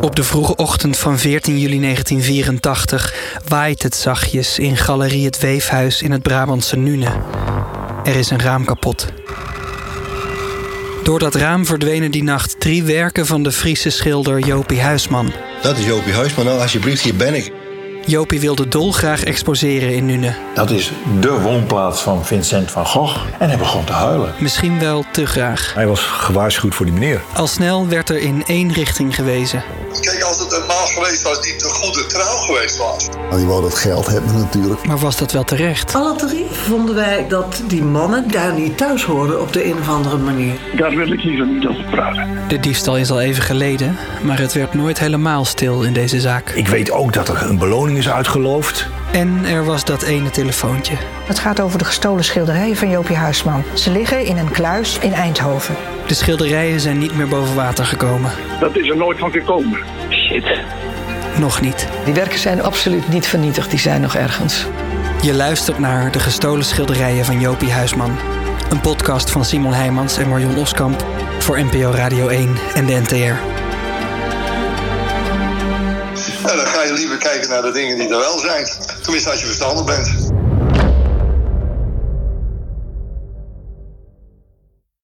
Op de vroege ochtend van 14 juli 1984 waait het zachtjes in Galerie Het Weefhuis in het Brabantse Nune. Er is een raam kapot. Door dat raam verdwenen die nacht drie werken van de Friese schilder Jopie Huisman. Dat is Jopie Huisman. Nou, alsjeblieft, hier ben ik. Jopie wilde dolgraag exposeren in Nune. Dat is de woonplaats van Vincent van Gogh. En hij begon te huilen. Misschien wel te graag. Hij was gewaarschuwd voor die meneer. Al snel werd er in één richting gewezen. Kijk, als het een maal geweest was die te goede trouw geweest was. Die Nou, wou dat geld hebben natuurlijk. Maar was dat wel terecht? Alle drie vonden wij dat die mannen daar niet thuis hoorden op de een of andere manier. Daar wil ik liever niet over praten. De diefstal is al even geleden, maar het werd nooit helemaal stil in deze zaak. Ik weet ook dat er een beloning is uitgeloofd. En er was dat ene telefoontje. Het gaat over de gestolen schilderijen van Jopie Huisman. Ze liggen in een kluis in Eindhoven. De schilderijen zijn niet meer boven water gekomen. Dat is er nooit van gekomen. Shit. Nog niet. Die werken zijn absoluut niet vernietigd, die zijn nog ergens. Je luistert naar De gestolen schilderijen van Jopie Huisman. Een podcast van Simon Heijmans en Marion Oskamp voor NPO Radio 1 en de NTR. En dan ga je liever kijken naar de dingen die er wel zijn. Tenminste, als je verstandig bent.